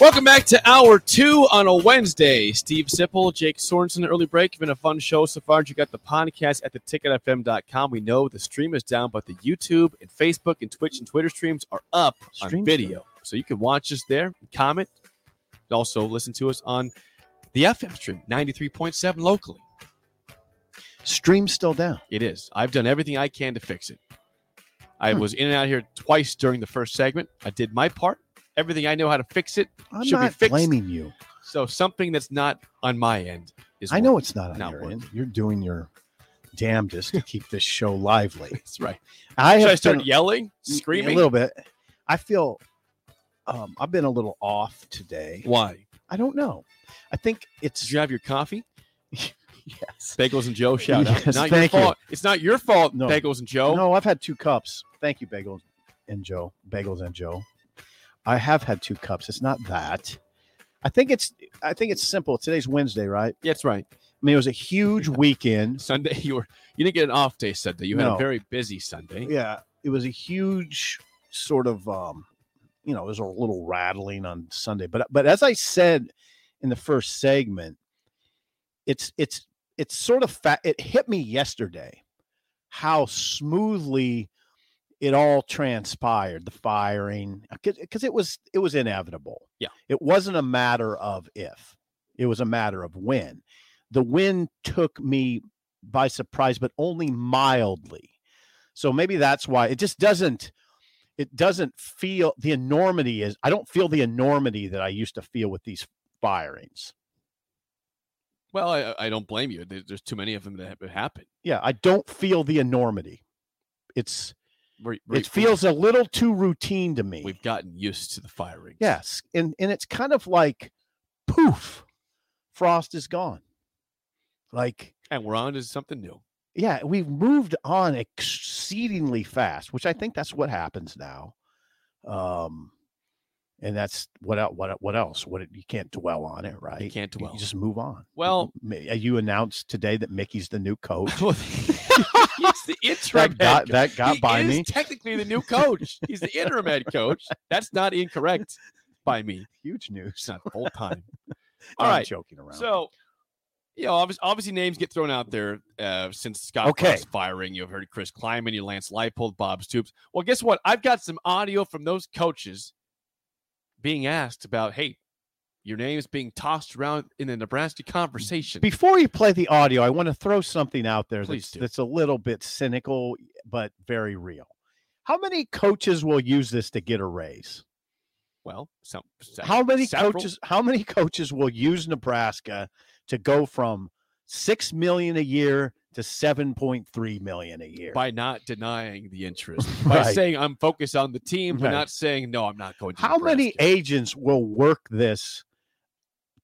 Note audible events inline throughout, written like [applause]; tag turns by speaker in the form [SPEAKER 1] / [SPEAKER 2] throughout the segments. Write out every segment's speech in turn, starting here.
[SPEAKER 1] Welcome back to hour two on a Wednesday. Steve Sipple, Jake Sorensen, early break. Been a fun show so far. You got the podcast at theticketfm.com. We know the stream is down, but the YouTube and Facebook and Twitch and Twitter streams are up on
[SPEAKER 2] Stream
[SPEAKER 1] video. So you can watch us there, comment, and also listen to us on the FM stream, 93.7 locally.
[SPEAKER 2] Stream's still down.
[SPEAKER 1] It is. I've done everything I can to fix it. I
[SPEAKER 2] Hmm.
[SPEAKER 1] was in and out here twice during the first segment. I did my part. Everything I know how to fix it.
[SPEAKER 2] I'm
[SPEAKER 1] Should be
[SPEAKER 2] not
[SPEAKER 1] fixed.
[SPEAKER 2] blaming you.
[SPEAKER 1] So something that's not on my end is.
[SPEAKER 2] I
[SPEAKER 1] working.
[SPEAKER 2] know it's not on
[SPEAKER 1] Not
[SPEAKER 2] your
[SPEAKER 1] working.
[SPEAKER 2] end. You're doing your damnedest to keep this show lively.
[SPEAKER 1] That's right.
[SPEAKER 2] [laughs] I
[SPEAKER 1] Should I
[SPEAKER 2] have
[SPEAKER 1] start
[SPEAKER 2] been-
[SPEAKER 1] yelling,
[SPEAKER 2] y-
[SPEAKER 1] screaming?
[SPEAKER 2] a little bit. I feel um, I've been a little off today.
[SPEAKER 1] Why?
[SPEAKER 2] I don't know. I think
[SPEAKER 1] Did
[SPEAKER 2] it's
[SPEAKER 1] you have your coffee?
[SPEAKER 2] [laughs] yes.
[SPEAKER 1] Bagels and Joe, shout out.
[SPEAKER 2] Yes,
[SPEAKER 1] not
[SPEAKER 2] thank you.
[SPEAKER 1] your fault. It's not your fault,
[SPEAKER 2] No.
[SPEAKER 1] Bagels and Joe.
[SPEAKER 2] No, I've had two cups. Thank you, Bagels and Joe. Bagels and Joe. I have had two cups. It's not that. I think it's I think it's simple. Today's Wednesday, right?
[SPEAKER 1] Yeah, that's right.
[SPEAKER 2] I mean, it was a [laughs] huge weekend.
[SPEAKER 1] Sunday, [laughs] you were you didn't get an off day Sunday. You had
[SPEAKER 2] No.
[SPEAKER 1] a very busy Sunday.
[SPEAKER 2] Yeah, it was a huge sort of um, you know, it was a little rattling on Sunday. But but as I said in the first segment, it's it's it's sort of fa- it hit me yesterday how smoothly it all transpired the firing because it was it was inevitable
[SPEAKER 1] Yeah.
[SPEAKER 2] it wasn't a matter of if it was a matter of when the win took me by surprise but only mildly so maybe that's why it just doesn't it doesn't feel the enormity is i don't feel the enormity that i used to feel with these firings
[SPEAKER 1] Well, I, I don't blame you. There- There's too many of them that have happened.
[SPEAKER 2] yeah i don't feel the enormity it's
[SPEAKER 1] We're- we're-
[SPEAKER 2] it feels a little too routine to me
[SPEAKER 1] we've gotten used to the firings.
[SPEAKER 2] yes and and it's kind of like poof frost is gone like
[SPEAKER 1] and we're on to something new.
[SPEAKER 2] yeah, we've moved on exceedingly fast, which I think that's what happens now. Um, and that's what el- what el- what else? What it, you can't dwell on it, right?
[SPEAKER 1] can't dwell.
[SPEAKER 2] You just move on. [laughs]
[SPEAKER 1] Well-
[SPEAKER 2] M- uh, you announced today that Mickey's the
[SPEAKER 1] [laughs]
[SPEAKER 2] new coach.
[SPEAKER 1] Well, he's the interim
[SPEAKER 2] that
[SPEAKER 1] head
[SPEAKER 2] got that
[SPEAKER 1] co-
[SPEAKER 2] got
[SPEAKER 1] He
[SPEAKER 2] by
[SPEAKER 1] is
[SPEAKER 2] me.
[SPEAKER 1] Technically, the new coach. He's the interim head
[SPEAKER 2] [laughs]
[SPEAKER 1] coach. That's not incorrect by me.
[SPEAKER 2] Huge news.
[SPEAKER 1] It's not full
[SPEAKER 2] [laughs]
[SPEAKER 1] time.
[SPEAKER 2] I'm
[SPEAKER 1] All right.
[SPEAKER 2] joking around.
[SPEAKER 1] So, you know, obviously, obviously names get thrown out there uh, since Scott
[SPEAKER 2] Okay.
[SPEAKER 1] Frost firing. You've heard Chris Kleiman, you Lance Leipold, Bob Stoops. Well, guess what? I've got some audio from those coaches being asked about, hey, your name is being tossed around in the Nebraska conversation.
[SPEAKER 2] before you play the audio, I want to throw something out there
[SPEAKER 1] Please
[SPEAKER 2] that's,
[SPEAKER 1] do.
[SPEAKER 2] that's a little bit cynical but very real. How many coaches will use this to get a raise?
[SPEAKER 1] well, some, se-
[SPEAKER 2] how many
[SPEAKER 1] several-
[SPEAKER 2] coaches how many coaches will use nebraska to go from six million a year to 7.3 million a year
[SPEAKER 1] by not denying the
[SPEAKER 2] [laughs]
[SPEAKER 1] interest by
[SPEAKER 2] Right.
[SPEAKER 1] saying I'm focused on the team, but
[SPEAKER 2] Right.
[SPEAKER 1] not saying no, I'm not going. to
[SPEAKER 2] how many
[SPEAKER 1] Nebraska."
[SPEAKER 2] agents will work this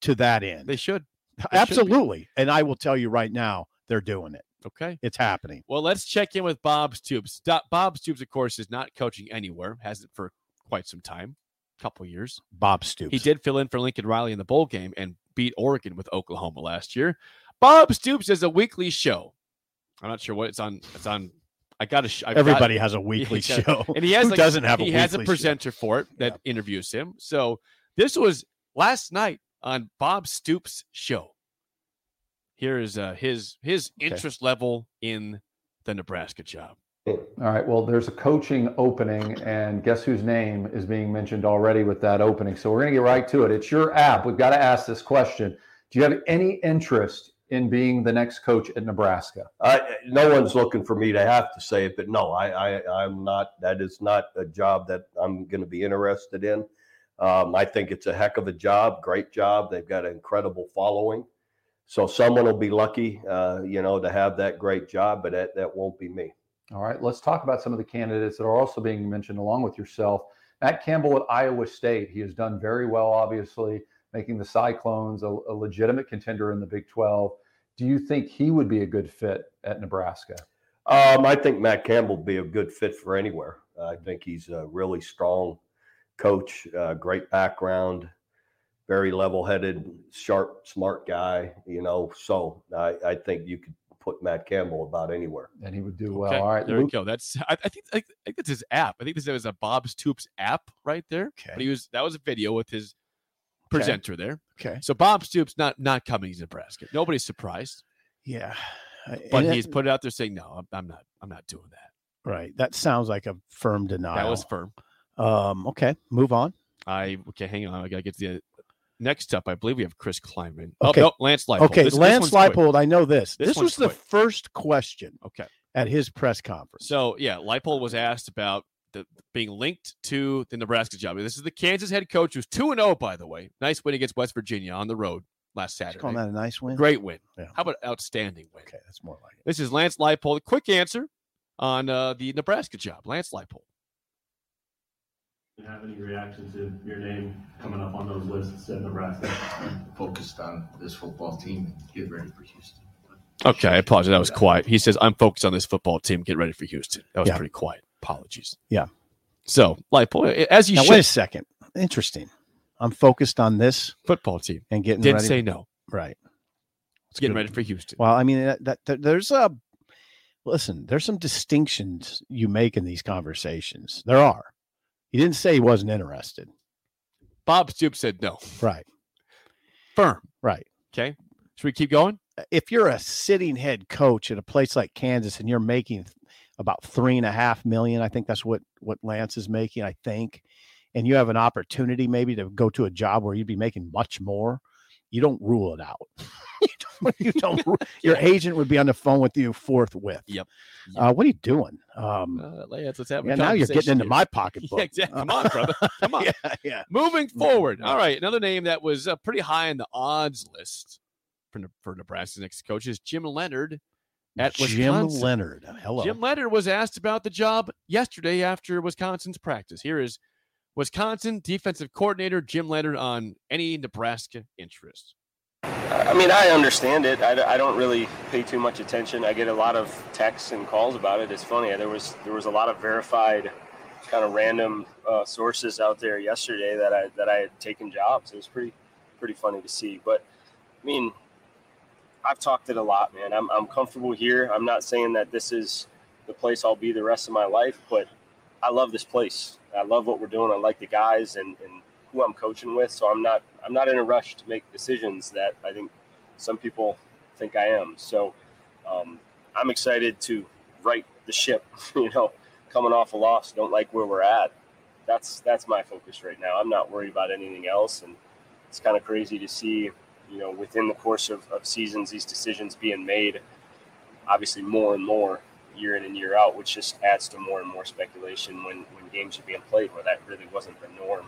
[SPEAKER 2] to that end
[SPEAKER 1] They should. be.
[SPEAKER 2] absolutely and i will tell you right now they're doing it
[SPEAKER 1] Okay.
[SPEAKER 2] it's happening
[SPEAKER 1] Well, let's check in with Bob Stoops. Do- Bob Stoops, of course, is not coaching anywhere. Hasn't for quite some time, couple years.
[SPEAKER 2] bob stoops
[SPEAKER 1] He did fill in for Lincoln Riley in the bowl game and beat Oregon with Oklahoma last year. Bob Stoops is a weekly show. I'm not sure what it's on. It's on. I got to. Sh- I've got-
[SPEAKER 2] everybody has a weekly
[SPEAKER 1] does.
[SPEAKER 2] show
[SPEAKER 1] and [laughs] he has
[SPEAKER 2] Who
[SPEAKER 1] like,
[SPEAKER 2] doesn't have a
[SPEAKER 1] he has a
[SPEAKER 2] weekly show?
[SPEAKER 1] presenter for it that interviews him. So this was last night on Bob Stoops' show. Here is uh, his his interest level in the Nebraska job.
[SPEAKER 3] All right. Well, there's a coaching opening, and guess whose name is being mentioned already with that opening? So we're going to get right to it. It's your app. We've got to ask this question Do you have any interest in being the next coach at Nebraska?
[SPEAKER 4] I, Uh, no one's looking for me to have to say it, but no, I, I, I'm not. That is not a job that I'm going to be interested in. Um, I think it's a heck of a job, great job. They've got an incredible following, So someone will be lucky, uh, you know, to have that great job, but that, that won't be me.
[SPEAKER 3] All right, let's talk about some of the candidates that are also being mentioned along with yourself. Matt Campbell at Iowa State, he has done very well, obviously, making the Cyclones a, a legitimate contender in the Big 12. Do you think he would be a good fit at Nebraska?
[SPEAKER 4] Um, I think Matt Campbell would be a good fit for anywhere. I think he's a really strong coach, uh, great background, very level-headed, sharp, smart guy. You know, so I, I think you could put Matt Campbell about anywhere.
[SPEAKER 3] And he would do well.
[SPEAKER 1] Okay,
[SPEAKER 3] All right,
[SPEAKER 1] there
[SPEAKER 3] Luke
[SPEAKER 1] we go. That's I, I think I, think that's his app. I think this is a Bob's Toops app right there. But
[SPEAKER 2] Okay.
[SPEAKER 1] he was that was a video with his presenter there.
[SPEAKER 2] Okay.
[SPEAKER 1] So Bob Stoops not not coming to Nebraska. Nobody's surprised,
[SPEAKER 2] Yeah. I-
[SPEAKER 1] but
[SPEAKER 2] and
[SPEAKER 1] he's
[SPEAKER 2] that-
[SPEAKER 1] put it out there saying, "No, I'm, I'm not. I'm not doing that."
[SPEAKER 2] right. That sounds like a firm denial.
[SPEAKER 1] That was firm.
[SPEAKER 2] um, okay. Move on.
[SPEAKER 1] I okay. Hang on. I gotta get to the next up. I believe we have Chris Kleinman. Oh,
[SPEAKER 2] Okay.
[SPEAKER 1] no, Lance Leipold.
[SPEAKER 2] Okay,
[SPEAKER 1] This- this one's
[SPEAKER 2] Lance
[SPEAKER 1] quick.
[SPEAKER 2] Leipold. I know this.
[SPEAKER 1] This
[SPEAKER 2] This,
[SPEAKER 1] one's
[SPEAKER 2] was the
[SPEAKER 1] quick.
[SPEAKER 2] first question
[SPEAKER 1] Okay.
[SPEAKER 2] at his press conference.
[SPEAKER 1] So yeah, Leipold was asked about the being linked to the Nebraska job. This is the Kansas head coach who's two and zero, by the way. Nice win against West Virginia on the road last
[SPEAKER 2] Just
[SPEAKER 1] Saturday.
[SPEAKER 2] calling that a nice win.
[SPEAKER 1] Great win.
[SPEAKER 2] Yeah.
[SPEAKER 1] How about outstanding win?
[SPEAKER 2] Okay, that's more like it.
[SPEAKER 1] This is Lance Leipold. Quick answer on uh, the Nebraska job. Lance Leipold.
[SPEAKER 5] you have any reaction to your name coming up on those lists at Nebraska?
[SPEAKER 6] Focused on this football team and get ready for Houston.
[SPEAKER 1] Okay, I apologize. That was quiet. He says, I'm focused on this football team. Get ready for Houston. That was
[SPEAKER 2] Yeah.
[SPEAKER 1] pretty quiet. Apologies.
[SPEAKER 2] Yeah.
[SPEAKER 1] So, Leipold, as you
[SPEAKER 2] Now
[SPEAKER 1] should,
[SPEAKER 2] wait a second. Interesting. I'm focused on this
[SPEAKER 1] football team.
[SPEAKER 2] and getting
[SPEAKER 1] Didn't
[SPEAKER 2] ready.
[SPEAKER 1] say no.
[SPEAKER 2] right. It's
[SPEAKER 1] Getting
[SPEAKER 2] good.
[SPEAKER 1] ready for Houston.
[SPEAKER 2] Well, I mean that, that, that- there's a listen. There's some distinctions you make in these conversations. There are. He didn't say he wasn't interested.
[SPEAKER 1] Bob Stoops said no.
[SPEAKER 2] Right.
[SPEAKER 1] Firm.
[SPEAKER 2] Right.
[SPEAKER 1] Okay. Should we keep going?
[SPEAKER 2] Uh, If you're a sitting head coach at a place like Kansas and you're making about three and a half million, I think that's what what Lance is making. I think, and you have an opportunity maybe to go to a job where you'd be making much more. You don't rule it out. [laughs] you don't. You don't
[SPEAKER 1] [laughs]
[SPEAKER 2] ru- Your agent would be on the phone with you forthwith.
[SPEAKER 1] Yep.
[SPEAKER 2] Uh, what are you doing? Um,
[SPEAKER 1] Uh, Lance, let's have a
[SPEAKER 2] Yeah, now you're
[SPEAKER 1] conversation
[SPEAKER 2] getting into
[SPEAKER 1] here.
[SPEAKER 2] my
[SPEAKER 1] [laughs]
[SPEAKER 2] pocketbook.
[SPEAKER 1] Yeah,
[SPEAKER 2] [laughs]
[SPEAKER 1] exactly. Come on, brother. Come on.
[SPEAKER 2] yeah, yeah.
[SPEAKER 1] Moving forward, all right, another name that was uh, pretty high in the odds list for, Ne- for Nebraska's next coach is Jim Leonard at
[SPEAKER 2] Jim
[SPEAKER 1] Wisconsin.
[SPEAKER 2] Leonard. Hello.
[SPEAKER 1] Jim Leonard was asked about the job yesterday after Wisconsin's practice. Here is Wisconsin defensive coordinator Jim Leonard on any Nebraska interest.
[SPEAKER 7] I mean, I understand it. I, I don't really pay too much attention. I get a lot of texts and calls about it. It's funny. There was there was a lot of verified, kind of random uh, sources out there yesterday that I that I had taken jobs. It was pretty pretty funny to see. But I mean, I've talked it a lot, man. I'm I'm comfortable here. I'm not saying that this is the place I'll be the rest of my life, but I love this place. I love what we're doing. I like the guys and, and who I'm coaching with. So I'm not I'm not in a rush to make decisions that I think some people think I am. So um, I'm excited to right the ship. [laughs] You know, coming off a loss, don't like where we're at. That's that's my focus right now. I'm not worried about anything else, and it's kind of crazy to see, you know, within the course of, of seasons, these decisions being made. Obviously, more and more year in and year out, which just adds to more and more speculation when when games are being played where that really wasn't the norm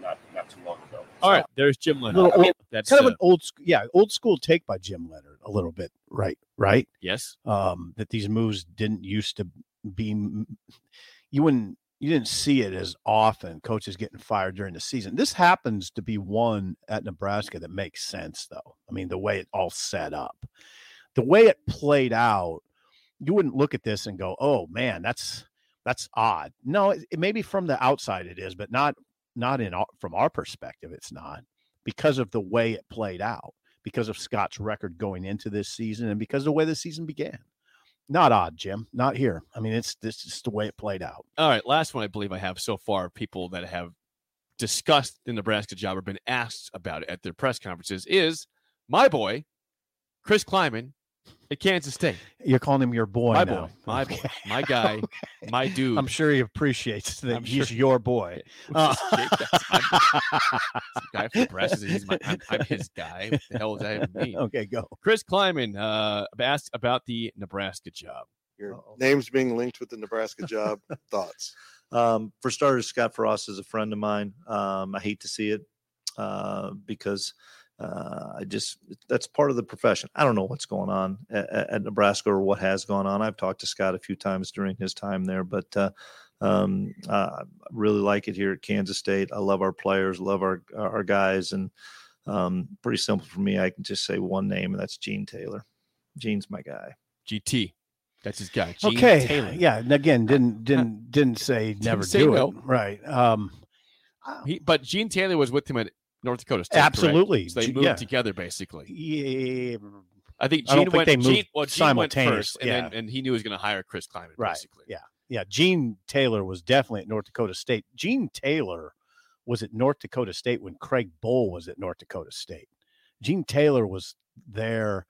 [SPEAKER 7] not not too long ago.
[SPEAKER 1] All right, there's Jim Leonard.
[SPEAKER 2] Little
[SPEAKER 7] I mean,
[SPEAKER 1] That's
[SPEAKER 2] kind of
[SPEAKER 1] uh,
[SPEAKER 2] an old, sc- yeah, old school take by Jim Leonard a little bit. Right. Right.
[SPEAKER 1] yes.
[SPEAKER 2] Um, that these moves didn't used to be. m- You wouldn't. You didn't see it as often. Coaches getting fired during the season. This happens to be one at Nebraska that makes sense, though. I mean, the way it all set up, the way it played out, you wouldn't look at this and go, "Oh man, that's that's odd." No, it, it maybe from the outside it is, but not not in our, from our perspective, it's not because of the way it played out, because of Scott's record going into this season, and because of the way the season began. Not odd, Jim. Not here. I mean, it's this is the way it played out.
[SPEAKER 1] All right, last one I believe I have so far people that have discussed the Nebraska job or been asked about it at their press conferences is my boy, Chris Kleiman at Kansas State.
[SPEAKER 2] You're calling him your boy
[SPEAKER 1] my
[SPEAKER 2] now.
[SPEAKER 1] boy, my boy,
[SPEAKER 2] [laughs] Okay.
[SPEAKER 1] my guy, my dude.
[SPEAKER 2] I'm sure he appreciates that
[SPEAKER 1] I'm
[SPEAKER 2] he's
[SPEAKER 1] sure-
[SPEAKER 2] your boy.
[SPEAKER 1] Which is Jake, that's my guy from Nebraska. He's my, I'm, I'm his guy. What the hell does that even mean?
[SPEAKER 2] okay, go.
[SPEAKER 1] Chris Kleiman uh, asked about the Nebraska job.
[SPEAKER 8] Your
[SPEAKER 9] Uh-oh.
[SPEAKER 8] name's being linked with the Nebraska job. [laughs] Thoughts?
[SPEAKER 9] Um, for starters, Scott Frost is a friend of mine. Um, I hate to see it uh, because Uh, I just that's part of the profession. I don't know what's going on at, at Nebraska or what has gone on. I've talked to Scott a few times during his time there, but uh, um, uh, I really like it here at Kansas State. I love our players, love our our guys, and um, pretty simple for me. I can just say one name, and that's Gene Taylor. Gene's my guy.
[SPEAKER 1] GT. That's his guy. Gene
[SPEAKER 2] okay.
[SPEAKER 1] Taylor.
[SPEAKER 2] Yeah. And again, didn't didn't didn't say never
[SPEAKER 1] say
[SPEAKER 2] do
[SPEAKER 1] no.
[SPEAKER 2] it. Right. Um,
[SPEAKER 1] He, but Gene Taylor was with him at North Dakota State. correct?
[SPEAKER 2] Absolutely.
[SPEAKER 1] So they
[SPEAKER 2] G-
[SPEAKER 1] moved
[SPEAKER 2] yeah.
[SPEAKER 1] together basically.
[SPEAKER 2] yeah,
[SPEAKER 1] I think
[SPEAKER 2] I
[SPEAKER 1] Gene
[SPEAKER 2] don't think
[SPEAKER 1] went.
[SPEAKER 2] they
[SPEAKER 1] Gene,
[SPEAKER 2] moved
[SPEAKER 1] well, Gene went first,
[SPEAKER 2] simultaneous,
[SPEAKER 1] and then and he knew he was going to hire Chris Kleiman.
[SPEAKER 2] Right,
[SPEAKER 1] Basically.
[SPEAKER 2] yeah. yeah. Gene Taylor was definitely at North Dakota State. Gene Taylor was at North Dakota State when Craig Bull was at North Dakota State. Gene Taylor was there.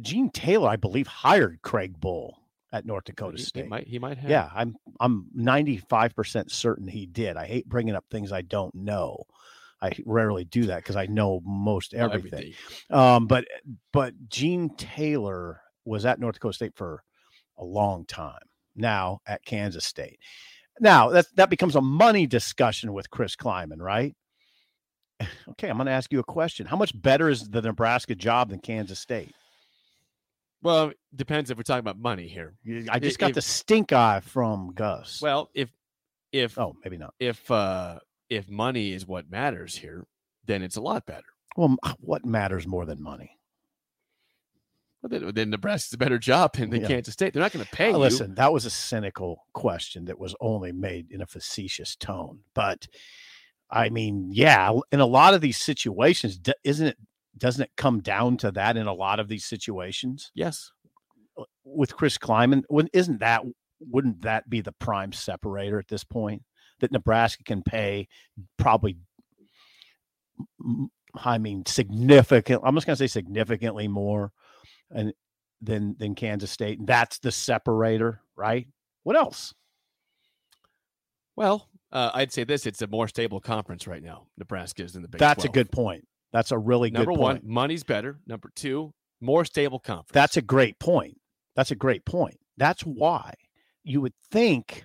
[SPEAKER 2] Gene Taylor, I believe, hired Craig Bull at North Dakota
[SPEAKER 1] He- he,
[SPEAKER 2] State.
[SPEAKER 1] might. He might have.
[SPEAKER 2] Yeah, I'm I'm 95% certain he did. I hate bringing up things I don't know. I rarely do that because I know most
[SPEAKER 1] Well,
[SPEAKER 2] everything. Um, but but Gene Taylor was at North Dakota State for a long time. Now at Kansas State. Now that that becomes a money discussion with Chris Kleiman, right? [sighs] Okay, I'm going to ask you a question. How much better is the Nebraska job than Kansas State?
[SPEAKER 1] Well, depends if we're talking about money here.
[SPEAKER 2] You- I just
[SPEAKER 1] If-
[SPEAKER 2] got
[SPEAKER 1] if-
[SPEAKER 2] the stink eye from Gus.
[SPEAKER 1] Well, if if
[SPEAKER 2] oh, maybe not.
[SPEAKER 1] if uh if money is what matters here, then it's a lot better.
[SPEAKER 2] Well, m- [sighs] what matters more than money?
[SPEAKER 1] But then, then Nebraska's a better job than, than
[SPEAKER 2] Yeah.
[SPEAKER 1] Kansas State. They're not going to pay.
[SPEAKER 2] Uh,
[SPEAKER 1] you.
[SPEAKER 2] Listen, that was a cynical question that was only made in a facetious tone. But I mean, yeah, l- in a lot of these situations, d- isn't it? Doesn't it come down to that in a lot of these situations
[SPEAKER 1] Yes.
[SPEAKER 2] Uh, with Chris Kleiman? When isn't that? Wouldn't that be the prime separator at this point? That Nebraska can pay probably. m- I mean, significant. I'm just going to say significantly more, and than than Kansas State. and That's the separator, right? What else?
[SPEAKER 1] Well, uh, I'd say this: it's a more stable conference right now. Nebraska is in the Big.
[SPEAKER 2] That's
[SPEAKER 1] 12.
[SPEAKER 2] a good point. That's a really
[SPEAKER 1] Number
[SPEAKER 2] good
[SPEAKER 1] one,
[SPEAKER 2] point.
[SPEAKER 1] money's better. Number two, more stable conference.
[SPEAKER 2] That's a great point. That's a great point. That's why you would think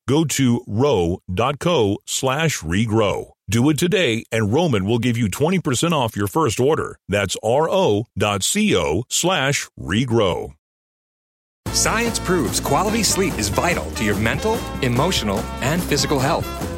[SPEAKER 10] Go to row.co slash regrow. Do it today, and Roman will give you 20% off your first order. That's ro.co slash regrow.
[SPEAKER 11] Science proves quality sleep is vital to your mental, emotional, and physical health.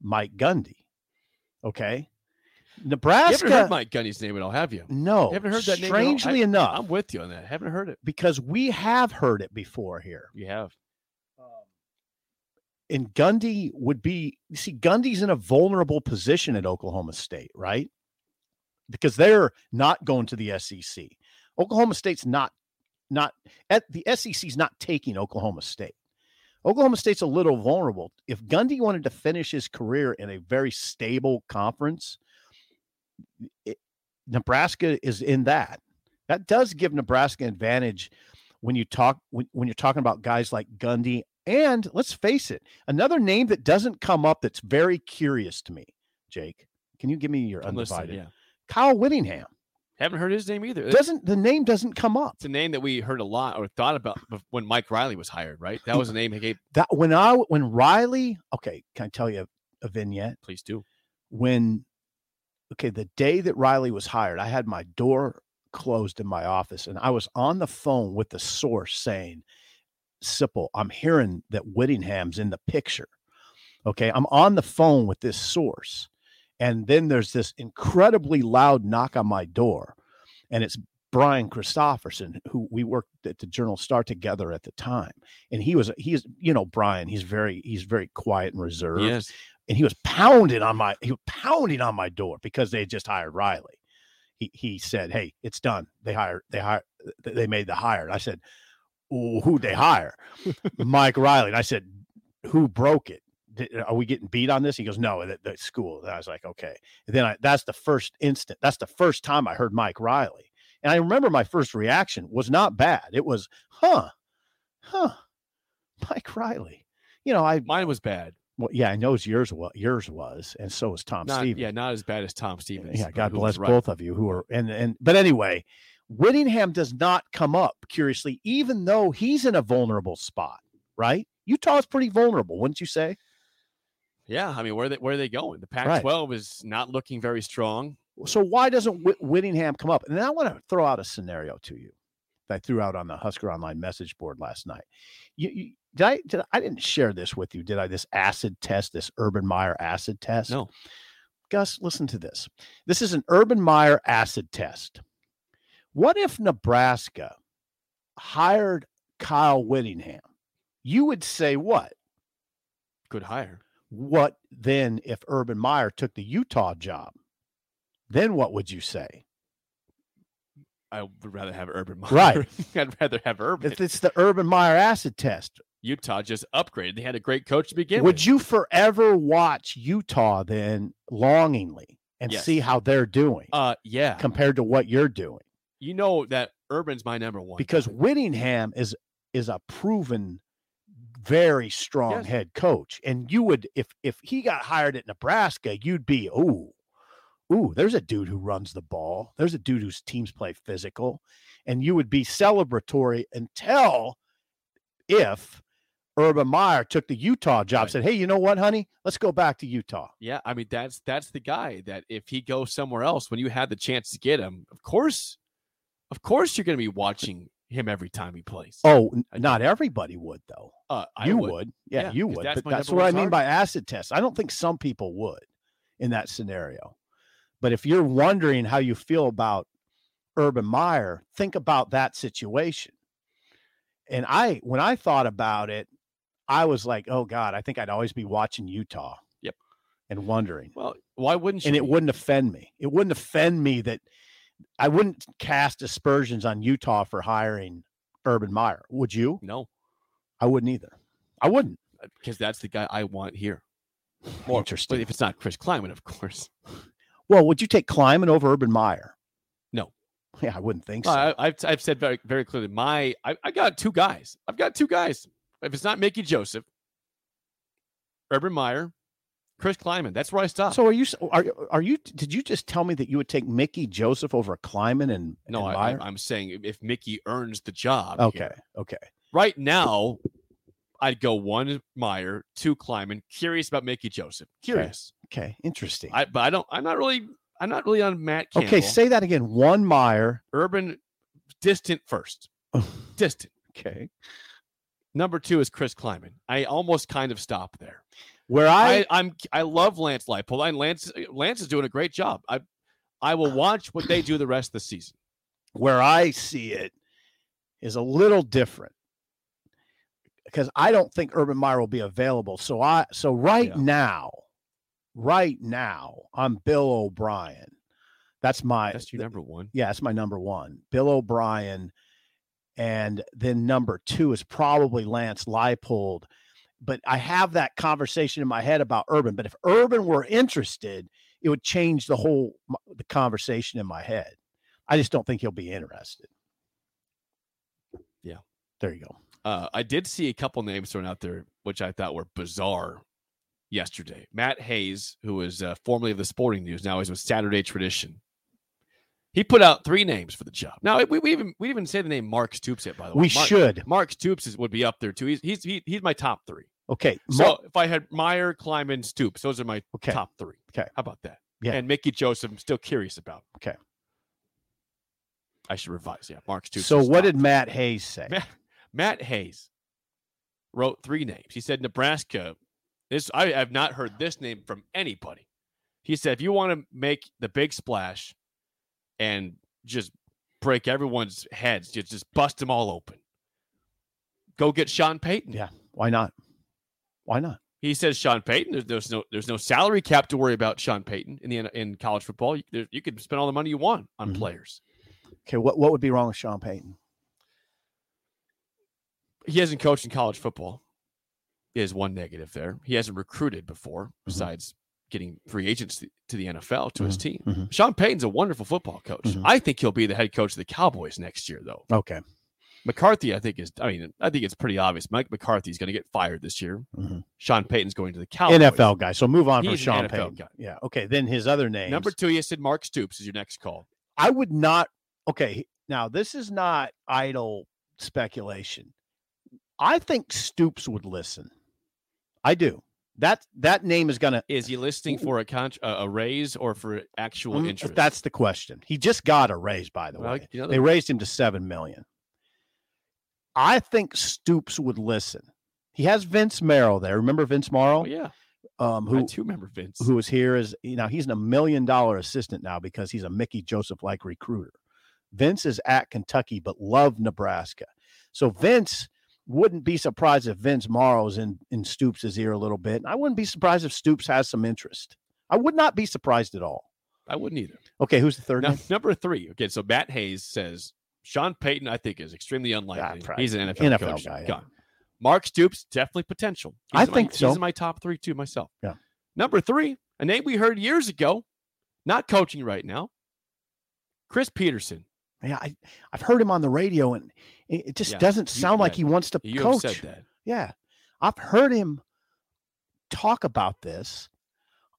[SPEAKER 2] Mike Gundy. Okay.
[SPEAKER 1] You
[SPEAKER 2] Nebraska.
[SPEAKER 1] haven't heard Mike Gundy's name at all, have you?
[SPEAKER 2] no,
[SPEAKER 1] You haven't heard that name at all.
[SPEAKER 2] Oh, strangely enough,
[SPEAKER 1] I'm with you on that. Haven't heard it.
[SPEAKER 2] because we have heard it before here.
[SPEAKER 1] You have.
[SPEAKER 7] um,
[SPEAKER 2] and Gundy would be you see Gundy's in a vulnerable position at Oklahoma State, right? Because they're not going to the SEC. Oklahoma State's not not at the SEC's not taking Oklahoma State. Oklahoma State's a little vulnerable. If Gundy wanted to finish his career in a very stable conference, it- Nebraska is in that. That does give Nebraska advantage when you talk when, when you're talking about guys like Gundy and let's face it, another name that doesn't come up that's very curious to me, Jake. Can you give me your
[SPEAKER 1] I'm listening,
[SPEAKER 2] undivided?
[SPEAKER 1] yeah.
[SPEAKER 2] Kyle Whittingham.
[SPEAKER 1] Haven't heard his name either. It's-
[SPEAKER 2] Doesn't the name doesn't come up.
[SPEAKER 1] It's a name that we heard a lot or thought about bef- when Mike Riley was hired, right? That was a name he gave.
[SPEAKER 2] That when I when Riley, okay, can I tell you a vignette?
[SPEAKER 1] Please do.
[SPEAKER 2] When, okay, the day that Riley was hired, I had my door closed in my office and I was on the phone with the source saying, Sipple, I'm hearing that Whittingham's in the picture. Okay. I'm on the phone with this source. And then there's this incredibly loud knock on my door. And it's Brian Christopherson, who we worked at the Journal Star together at the time. And he was he's, you know, Brian, he's very, he's very quiet and reserved.
[SPEAKER 1] Yes.
[SPEAKER 2] And he was pounding on my he was pounding on my door because they had just hired Riley. He he said, Hey, it's done. They hired, they hired they made the hire. And I said, "Oh, who'd they hire? Mike Riley. And I said, who broke it? Did- Are we getting beat on this? He goes, no, the, the school. And I was like, okay. And then I, that's the first instant. That's the first time I heard Mike Riley. And I remember my first reaction was not bad. It was, huh, huh, Mike Riley. You know, I
[SPEAKER 1] mine was bad.
[SPEAKER 2] Well, yeah, I know yours was. Yours was, and so was Tom
[SPEAKER 1] Not,
[SPEAKER 2] Stevens.
[SPEAKER 1] yeah, not as bad as Tom Stevens.
[SPEAKER 2] Yeah, God
[SPEAKER 1] who
[SPEAKER 2] bless
[SPEAKER 1] was right.
[SPEAKER 2] both of you who are and and but anyway, Whittingham does not come up curiously, even though he's in a vulnerable spot, right? Utah's pretty vulnerable, wouldn't you say?
[SPEAKER 1] Yeah, I mean, where are they where are they going? The Pac-12 is not looking very strong.
[SPEAKER 2] So why doesn't Whit- Whittingham come up? And then I want to throw out a scenario to you that I threw out on the Husker Online message board last night. You, you did I did I, I didn't share this with you, did I? This acid test, this Urban Meyer acid test.
[SPEAKER 1] No.
[SPEAKER 2] Gus, listen to this. This is an Urban Meyer acid test. What if Nebraska hired Kyle Whittingham? You would say what?
[SPEAKER 1] Good hire.
[SPEAKER 2] What then if Urban Meyer took the Utah job? Then what would you say?
[SPEAKER 1] I would rather have Urban Meyer.
[SPEAKER 2] Right.
[SPEAKER 1] [laughs] I'd rather have Urban.
[SPEAKER 2] If it's the Urban Meyer acid test,
[SPEAKER 1] Utah just upgraded. They had a great coach to begin with.
[SPEAKER 2] would you forever watch Utah then longingly and
[SPEAKER 1] Yes.
[SPEAKER 2] see how they're doing
[SPEAKER 1] Uh, yeah.
[SPEAKER 2] compared to what you're doing?
[SPEAKER 1] you know that Urban's my number one.
[SPEAKER 2] Because Whittingham is is a proven very strong
[SPEAKER 1] Yes.
[SPEAKER 2] head coach. And you would if if he got hired at Nebraska, you'd be, ooh, ooh, there's a dude who runs the ball. There's a dude whose teams play physical. And you would be celebratory until if Urban Meyer took the Utah job, said, Hey, you know what, honey? Let's go back to Utah.
[SPEAKER 1] Yeah, I mean that's that's the guy that if he goes somewhere else when you had the chance to get him, of course, of course you're going to be watching him every time he plays.
[SPEAKER 2] Oh, n- not everybody would though.
[SPEAKER 1] Uh, I
[SPEAKER 2] you
[SPEAKER 1] would.
[SPEAKER 2] would. Yeah,
[SPEAKER 1] Yeah,
[SPEAKER 2] you
[SPEAKER 1] 'cause
[SPEAKER 2] would.
[SPEAKER 1] that's
[SPEAKER 2] That's
[SPEAKER 1] my
[SPEAKER 2] but that's
[SPEAKER 1] number
[SPEAKER 2] what I
[SPEAKER 1] one
[SPEAKER 2] mean by acid test. I don't think some people would in that scenario. But if you're wondering how you feel about Urban Meyer, think about that situation. And I, when I thought about it, I was like, oh God, I think I'd always be watching Utah.
[SPEAKER 1] Yep.
[SPEAKER 2] And wondering.
[SPEAKER 1] Well, why wouldn't you?
[SPEAKER 2] And it
[SPEAKER 1] be?
[SPEAKER 2] wouldn't offend me. It wouldn't offend me that I wouldn't cast aspersions on Utah for hiring Urban Meyer. Would you?
[SPEAKER 1] No,
[SPEAKER 2] I wouldn't either. I wouldn't.
[SPEAKER 1] because that's the guy I want here. More
[SPEAKER 2] Interesting.
[SPEAKER 1] if it's not Chris Kleiman, of course.
[SPEAKER 2] Well, would you take Kleiman over Urban Meyer?
[SPEAKER 1] No.
[SPEAKER 2] Yeah, I wouldn't think so.
[SPEAKER 1] Well, I, I've I've said very very clearly my I, I got two guys. I've got two guys. If it's not Mickey Joseph, Urban Meyer, Chris Kleiman, that's where I stop.
[SPEAKER 2] so are you? s- Are are you? Did you just tell me that you would take Mickey Joseph over Kleiman and
[SPEAKER 1] no,
[SPEAKER 2] and
[SPEAKER 1] I,
[SPEAKER 2] Meyer?
[SPEAKER 1] I, I'm saying if- if Mickey earns the job,
[SPEAKER 2] okay,
[SPEAKER 1] here.
[SPEAKER 2] okay.
[SPEAKER 1] right now, I'd go one Meyer, two Kleiman. Curious about Mickey Joseph. Curious.
[SPEAKER 2] Okay, interesting.
[SPEAKER 1] I but I don't. I'm not really. I'm not really on Matt Campbell.
[SPEAKER 2] okay, say that again. One Meyer.
[SPEAKER 1] Urban, distant first. distant.
[SPEAKER 2] Okay,
[SPEAKER 1] Number two is Chris Kleiman. I almost kind of stop there.
[SPEAKER 2] where I,
[SPEAKER 1] I, I am I love Lance Leipold. And Lance Lance is doing a great job. I I
[SPEAKER 2] Uh,
[SPEAKER 1] will watch what they do the rest of the season.
[SPEAKER 2] where I see it is a little different because I don't think Urban Meyer will be available. So I so right
[SPEAKER 1] Yeah.
[SPEAKER 2] now, right now, I'm Bill O'Brien. That's my
[SPEAKER 1] That's your number one.
[SPEAKER 2] Yeah, that's my number one. Bill O'Brien. And then number two is probably Lance Leipold. But I have that conversation in my head about Urban. But if Urban were interested, it would change the whole m- the conversation in my head. I just don't think he'll be interested.
[SPEAKER 1] Yeah.
[SPEAKER 2] There you go.
[SPEAKER 1] Uh, I did see a couple names thrown out there, which I thought were bizarre yesterday. Matt Hayes, who was uh, formerly of the Sporting News, now he's with Saturday Tradition. He put out three names for the job. Now we, we even we even say the name Mark Stoops. It by the way,
[SPEAKER 2] We
[SPEAKER 1] Mark-
[SPEAKER 2] should.
[SPEAKER 1] Mark Stoops is, would be up there too. He's he's he, he's my top three.
[SPEAKER 2] Okay. Mo-
[SPEAKER 1] So if I had Meyer, Kleiman, Stoops, those are my top three.
[SPEAKER 2] Okay.
[SPEAKER 1] How about that?
[SPEAKER 2] Yeah.
[SPEAKER 1] And Mickey Joseph, I'm still curious about.
[SPEAKER 2] Okay.
[SPEAKER 1] I should revise. Yeah. Mark Stoops.
[SPEAKER 2] so
[SPEAKER 1] is
[SPEAKER 2] what
[SPEAKER 1] top.
[SPEAKER 2] did Matt Hayes say?
[SPEAKER 1] Matt, Matt Hayes wrote three names. He said Nebraska. This I have not heard this name from anybody. He said if you want to make the big splash and just break everyone's heads, just just bust them all open. Go get Sean Payton.
[SPEAKER 2] Yeah. Why not? Why not?
[SPEAKER 1] He says Sean Payton. There's, there's no there's no salary cap to worry about Sean Payton in the N- in college football. You, there, you can spend all the money you want on players.
[SPEAKER 2] Okay. What what would be wrong with Sean Payton?
[SPEAKER 1] He hasn't coached in college football. Is one negative there. He hasn't recruited
[SPEAKER 2] Mm-hmm.
[SPEAKER 1] before, besides getting free agents to, to the NFL to his
[SPEAKER 2] Mm-hmm.
[SPEAKER 1] team. Sean Payton's a wonderful football coach. I think he'll be the head coach of the Cowboys next year, though.
[SPEAKER 2] Okay.
[SPEAKER 1] McCarthy, I think is. I mean, I think it's pretty obvious. Mike McCarthy's going to get fired this year.
[SPEAKER 2] Mm-hmm.
[SPEAKER 1] Sean Payton's going to the Cowboys.
[SPEAKER 2] NFL guy. So move on from
[SPEAKER 1] He's an
[SPEAKER 2] Sean
[SPEAKER 1] NFL
[SPEAKER 2] Payton.
[SPEAKER 1] guy.
[SPEAKER 2] Yeah. Okay. Then his other name.
[SPEAKER 1] Number two, you said Mark Stoops is your next call.
[SPEAKER 2] I would not. Okay, now this is not idle speculation. I think Stoops would listen. I do. That that name is gonna
[SPEAKER 1] Is he listing for a con- a a raise or for actual
[SPEAKER 2] Mm,
[SPEAKER 1] interest?
[SPEAKER 2] That's the question. He just got a raise, by the
[SPEAKER 1] Well,
[SPEAKER 2] way.
[SPEAKER 1] you know,
[SPEAKER 2] they raised him to seven million. I think Stoops would listen. He has Vince Merrill there. Remember Vince Merrill?
[SPEAKER 1] Oh, yeah.
[SPEAKER 2] Um, who
[SPEAKER 1] too remember Vince.
[SPEAKER 2] who was here is you know he's an a million dollar assistant now because he's a Mickey Joseph like recruiter. Vince is at Kentucky but loved Nebraska, so Vince wouldn't be surprised if Vince Morrow's in in Stoops' ear a little bit. And I wouldn't be surprised if Stoops has some interest. I would not be surprised at all.
[SPEAKER 1] I wouldn't either.
[SPEAKER 2] Okay, who's the third?
[SPEAKER 1] Now,
[SPEAKER 2] name?
[SPEAKER 1] number three. Okay, so Matt Hayes says Sean Payton, I think, is extremely unlikely.
[SPEAKER 2] probably
[SPEAKER 1] He's an NFL,
[SPEAKER 2] NFL
[SPEAKER 1] coach.
[SPEAKER 2] guy, yeah.
[SPEAKER 1] Gone. Mark Stoops, definitely potential.
[SPEAKER 2] I
[SPEAKER 1] in my-
[SPEAKER 2] think so.
[SPEAKER 1] He's in my top three too myself.
[SPEAKER 2] Yeah.
[SPEAKER 1] Number three, a name we heard years ago, not coaching right now. Chris Peterson.
[SPEAKER 2] Yeah, I I've heard him on the radio and it it just
[SPEAKER 1] Yeah,
[SPEAKER 2] doesn't
[SPEAKER 1] you-
[SPEAKER 2] sound like
[SPEAKER 1] yeah,
[SPEAKER 2] he wants to
[SPEAKER 1] you have
[SPEAKER 2] coach.
[SPEAKER 1] said that.
[SPEAKER 2] Yeah. I've heard him talk about this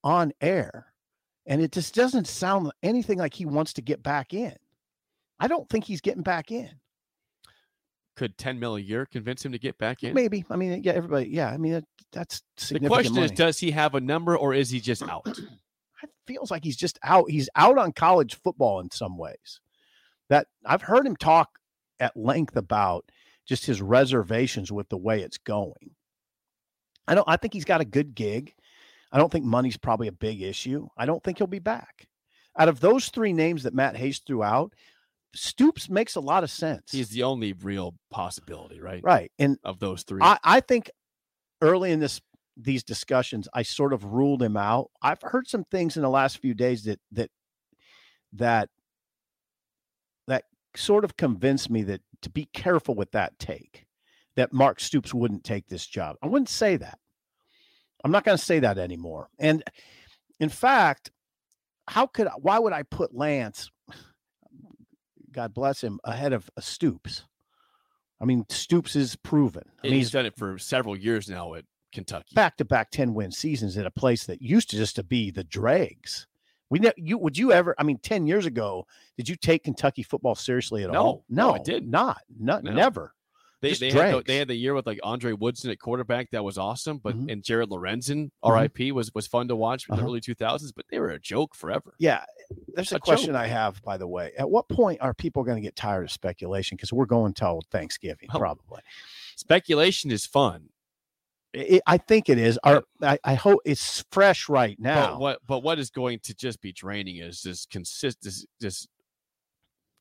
[SPEAKER 2] on air, and it just doesn't sound anything like he wants to get back in. I don't think he's getting back in.
[SPEAKER 1] Could 10 mil a year convince him to get back in?
[SPEAKER 2] Maybe. I mean, yeah, everybody. Yeah. I mean, that, that's
[SPEAKER 1] The
[SPEAKER 2] significant.
[SPEAKER 1] question is,
[SPEAKER 2] money.
[SPEAKER 1] does he have a number or is he just out?
[SPEAKER 2] feels like he's just out. He's out on college football in some ways. That I've heard him talk at length about just his reservations with the way it's going. I don't I think he's got a good gig. I don't think money's probably a big issue. I don't think he'll be back. Out of those three names that Matt Hayes threw out, Stoops makes a lot of
[SPEAKER 1] [clears throat]
[SPEAKER 2] sense.
[SPEAKER 1] He's the only real possibility, right?
[SPEAKER 2] Right. And
[SPEAKER 1] Of those three.
[SPEAKER 2] I, I think early in this these discussions, I sort of ruled him out. I've heard some things in the last few days that that that that sort of convinced me that to be careful with that take, that Mark Stoops wouldn't take this job. I wouldn't say that. I'm not going to say that anymore. And in fact, how could I- why would I put Lance, God bless him, ahead of a Stoops? I mean, Stoops is proven. I
[SPEAKER 1] And
[SPEAKER 2] mean,
[SPEAKER 1] he's done it for several years now at Kentucky.
[SPEAKER 2] back to back 10 win seasons at a place that used to just to be the dregs. We ne- you would you ever I mean 10 years ago did you take Kentucky football seriously at
[SPEAKER 1] No,
[SPEAKER 2] all?
[SPEAKER 1] no, I didn't.
[SPEAKER 2] Not, not
[SPEAKER 1] No.
[SPEAKER 2] never.
[SPEAKER 1] They,
[SPEAKER 2] Just
[SPEAKER 1] they, had the,
[SPEAKER 2] dregs. Mm-hmm.
[SPEAKER 1] they had the year with like Andre Woodson at quarterback that was awesome, but and Jared Lorenzen,
[SPEAKER 2] Mhm.
[SPEAKER 1] RIP, was was fun to watch in the
[SPEAKER 2] Uh-huh.
[SPEAKER 1] early 2000s, but they were a joke forever.
[SPEAKER 2] Yeah. There's a,
[SPEAKER 1] A
[SPEAKER 2] question
[SPEAKER 1] joke.
[SPEAKER 2] I have by the way. At what point are people going to get tired of speculation cuz we're going till Thanksgiving
[SPEAKER 1] Oh.
[SPEAKER 2] probably.
[SPEAKER 1] Speculation is fun,
[SPEAKER 2] It, I think it is. Our, I, I hope it's fresh right now.
[SPEAKER 1] but what but what is going to just be draining is just consist this, this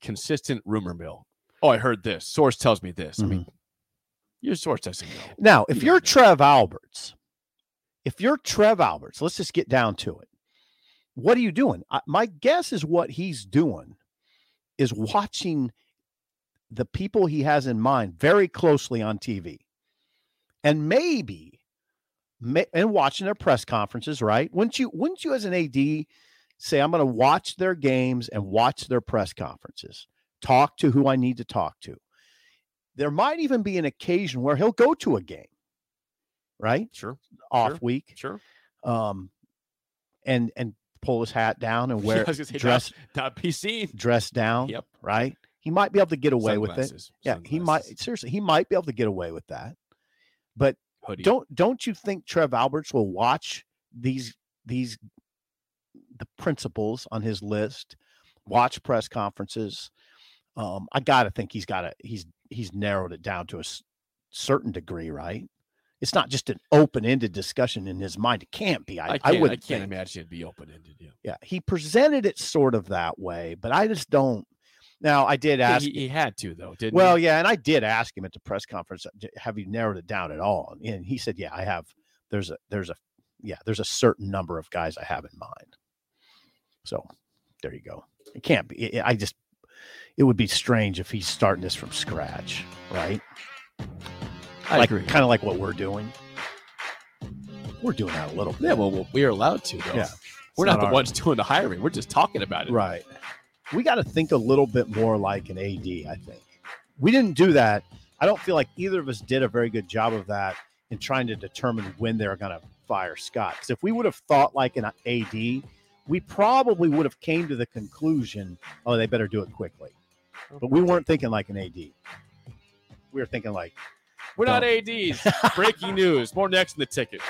[SPEAKER 1] consistent rumor mill. Oh, I heard this. Source tells me this. I mean,
[SPEAKER 2] Mm-hmm.
[SPEAKER 1] your source doesn't know.
[SPEAKER 2] Now, if you're Trev Alberts, if you're Trev Alberts, let's just get down to it. What are you doing? I, my guess is what he's doing is watching the people he has in mind very closely on TV. And maybe ma- and watching their press conferences, right? Wouldn't you wouldn't you as an AD say I'm going to watch their games and watch their press conferences. Talk to who I need to talk to there might even be an occasion where he'll go to a game, right?
[SPEAKER 1] Sure.
[SPEAKER 2] Off
[SPEAKER 1] Sure.
[SPEAKER 2] week.
[SPEAKER 1] Sure.
[SPEAKER 2] Um, and and pull his hat down [laughs]
[SPEAKER 1] [laughs]
[SPEAKER 2] and
[SPEAKER 1] Yeah,
[SPEAKER 2] wear
[SPEAKER 1] I was gonna say, not-
[SPEAKER 2] dress
[SPEAKER 1] not be seen.
[SPEAKER 2] dress down.
[SPEAKER 1] Yep.
[SPEAKER 2] Right. He might be able to get away with it.
[SPEAKER 1] Sunglasses,
[SPEAKER 2] Yeah. He might seriously. He might be able to get away with that. But
[SPEAKER 1] hoodie.
[SPEAKER 2] Don't don't you think Trev Alberts will watch these these the principles on his list, watch press conferences? Um, I gotta think he's got to he's he's narrowed it down to a s- certain degree, right? It's not just an open-ended discussion in his mind. It can't be. I,
[SPEAKER 1] I
[SPEAKER 2] I,
[SPEAKER 1] can't, I
[SPEAKER 2] wouldn't
[SPEAKER 1] can't
[SPEAKER 2] think.
[SPEAKER 1] imagine it'd be open ended. Yeah.
[SPEAKER 2] Yeah, he presented it sort of that way, but I just don't. Now I did
[SPEAKER 1] Yeah,
[SPEAKER 2] ask.
[SPEAKER 1] he, he had to though, didn't
[SPEAKER 2] well,
[SPEAKER 1] he?
[SPEAKER 2] yeah, and I did ask him at the press conference. uh, "D- Have you narrowed it down at all? And he said, "Yeah, I have. There's a there's a yeah there's a certain number of guys I have in mind." So there you go. It can't be. I I just it would be strange if he's starting this from scratch, right?
[SPEAKER 1] I
[SPEAKER 2] like,
[SPEAKER 1] agree.
[SPEAKER 2] Kind of like what we're doing. We're doing that a little bit.
[SPEAKER 1] Yeah, well, well, we are allowed to though.
[SPEAKER 2] Yeah.
[SPEAKER 1] We're not,
[SPEAKER 2] It's not
[SPEAKER 1] the
[SPEAKER 2] our-
[SPEAKER 1] ones doing the hiring. We're just talking about it.
[SPEAKER 2] Right. We got to think a little bit more like an AD, I think. We didn't do that. I don't feel like either of us did a very good job of that in trying to determine when they're going to fire Scott. Because if we would have thought like an AD, we probably would have came to the conclusion, oh, they better do it quickly. But we weren't thinking like an AD. We were thinking like,
[SPEAKER 1] We're not
[SPEAKER 2] Don't.
[SPEAKER 1] ads. Breaking news. More next in the ticket.